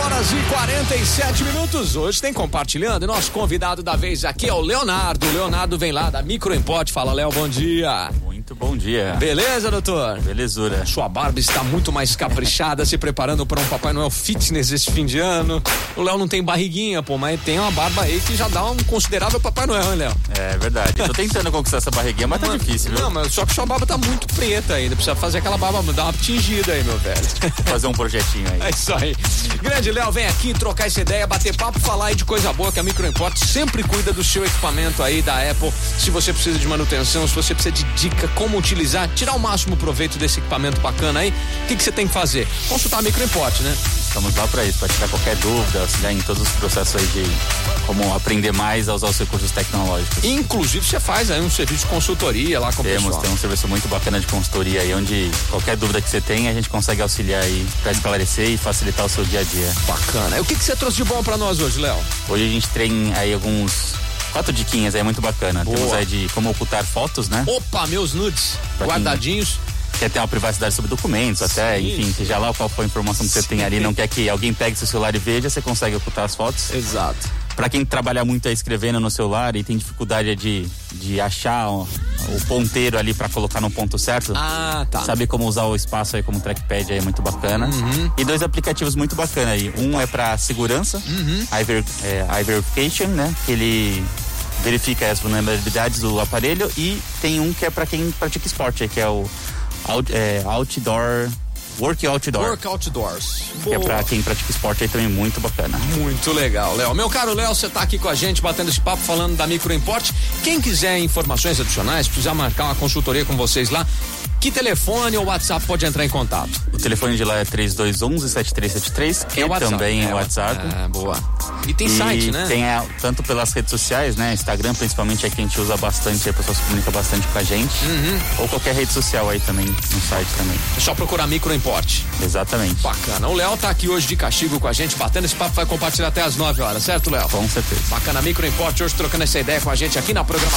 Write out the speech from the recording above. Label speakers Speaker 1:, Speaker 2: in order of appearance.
Speaker 1: horas e 47 minutos. Hoje tem compartilhando. E nosso convidado da vez aqui é o Leonardo. O Leonardo vem lá da Micro Import. Fala, Léo, bom dia.
Speaker 2: Muito bom dia.
Speaker 1: Beleza, doutor?
Speaker 2: Belezura.
Speaker 1: Sua barba está muito mais caprichada, se preparando para um Papai Noel Fitness esse fim de ano. O Léo não tem barriguinha, pô, mas tem uma barba aí que já dá um considerável Papai Noel, hein, Léo?
Speaker 2: É verdade. Tô tentando conquistar essa barriguinha, mas tá
Speaker 1: Mano,
Speaker 2: difícil, viu?
Speaker 1: Não, mas só que sua barba tá muito preta ainda. Precisa fazer aquela barba, dar uma tingida aí, meu velho.
Speaker 2: Fazer um projetinho
Speaker 1: É
Speaker 2: aí.
Speaker 1: isso aí. Grande Léo, vem aqui trocar essa ideia, bater papo, falar aí de coisa boa que a Micro Import sempre cuida do seu equipamento aí da Apple. Se você precisa de manutenção, se você precisa de dica como utilizar, tirar o máximo proveito desse equipamento bacana aí, o que, que você tem que fazer? Consultar a Micro Import, né?
Speaker 2: Estamos lá pra isso, pra tirar qualquer dúvida, auxiliar em todos os processos aí de como aprender mais a usar os recursos tecnológicos.
Speaker 1: Inclusive, você faz aí um serviço de consultoria lá com o
Speaker 2: Temos,
Speaker 1: pessoal.
Speaker 2: tem um serviço muito bacana de consultoria aí, onde qualquer dúvida que você tem, a gente consegue auxiliar aí pra esclarecer e facilitar o seu dia a dia.
Speaker 1: Bacana. E o que, que você trouxe de bom pra nós hoje, Léo?
Speaker 2: Hoje a gente tem aí alguns quatro diquinhas aí é muito bacana.
Speaker 1: Boa.
Speaker 2: Temos aí de como ocultar fotos, né?
Speaker 1: Opa, meus nudes
Speaker 2: Pra quem-
Speaker 1: guardadinhos.
Speaker 2: quer ter uma privacidade sobre documentos, até,
Speaker 1: Sim,
Speaker 2: enfim,
Speaker 1: sim.
Speaker 2: seja lá qual for a informação que você tem ali, não quer que alguém pegue seu celular e veja, você consegue ocultar as fotos.
Speaker 1: Exato.
Speaker 2: Pra quem trabalha muito aí escrevendo no celular e tem dificuldade de, de achar o, o ponteiro ali pra colocar no ponto certo.
Speaker 1: Ah, tá.
Speaker 2: Saber como usar o espaço aí como trackpad aí é muito bacana.
Speaker 1: Uhum.
Speaker 2: E dois aplicativos muito bacana aí. Um é pra segurança,
Speaker 1: Uhum.
Speaker 2: a Iver, é, a Verification, né? Que ele verifica as vulnerabilidades do aparelho. E tem um que é pra quem pratica esporte, aí, que é o out- é, Outdoor. Work Outdoor.
Speaker 1: Work Outdoors.
Speaker 2: Que é
Speaker 1: Boa.
Speaker 2: pra quem pratica esporte aí também muito bacana.
Speaker 1: Muito legal, Léo. Meu caro Léo, você tá aqui com a gente batendo esse papo falando da Microimport. Quem quiser informações adicionais, precisar marcar uma consultoria com vocês lá, que telefone ou WhatsApp pode entrar em contato?
Speaker 2: O telefone de lá é 3211-7373, que
Speaker 1: É o WhatsApp.
Speaker 2: também é
Speaker 1: É
Speaker 2: o
Speaker 1: o-
Speaker 2: WhatsApp.
Speaker 1: Ah, boa. E tem
Speaker 2: E
Speaker 1: site, né?
Speaker 2: Tem a- tanto pelas redes sociais, né? Instagram, principalmente, é que a gente usa bastante, aí a pessoa se comunica bastante com a gente.
Speaker 1: Uhum.
Speaker 2: Ou qualquer rede social aí também, no site também.
Speaker 1: É só procurar Microimport.
Speaker 2: Exatamente.
Speaker 1: Bacana. O Léo tá aqui hoje de castigo com a gente, batendo esse papo, vai compartilhar até as 9 horas, certo, Léo?
Speaker 2: Com certeza.
Speaker 1: Bacana, Microimport hoje trocando essa ideia com a gente aqui na programação.